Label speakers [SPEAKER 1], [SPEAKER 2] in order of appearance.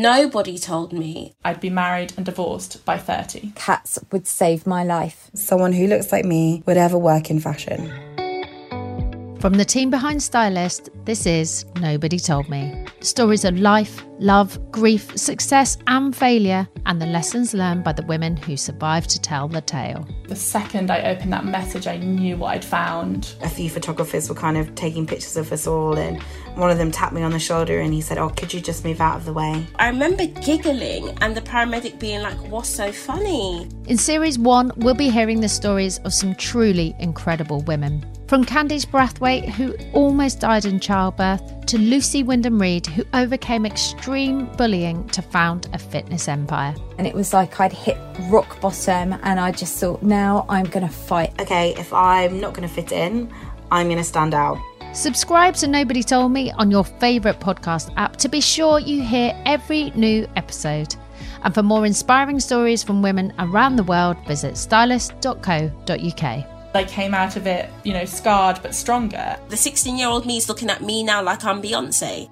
[SPEAKER 1] Nobody told me.
[SPEAKER 2] I'd be married and divorced by 30.
[SPEAKER 3] Cats would save my life.
[SPEAKER 4] Someone who looks like me would ever work in fashion.
[SPEAKER 5] From the team behind Stylist, this is Nobody Told Me. Stories of life, love, grief, success, and failure, and the lessons learned by the women who survived to tell the tale.
[SPEAKER 2] The second I opened that message, I knew what I'd found.
[SPEAKER 4] A few photographers were kind of taking pictures of us all, and one of them tapped me on the shoulder and he said, Oh, could you just move out of the way?
[SPEAKER 1] I remember giggling and the paramedic being like, What's so funny?
[SPEAKER 5] In series one, we'll be hearing the stories of some truly incredible women. From Candice Brathwaite, who almost died in childbirth, to Lucy Wyndham Reid, who overcame extreme bullying to found a fitness empire.
[SPEAKER 3] And it was like I'd hit rock bottom and I just thought, now I'm going to fight.
[SPEAKER 4] Okay, if I'm not going to fit in, I'm going to stand out.
[SPEAKER 5] Subscribe to Nobody Told Me on your favourite podcast app to be sure you hear every new episode. And for more inspiring stories from women around the world, visit stylist.co.uk.
[SPEAKER 2] I came out of it, you know, scarred but stronger.
[SPEAKER 1] The 16 year old me is looking at me now like I'm Beyonce.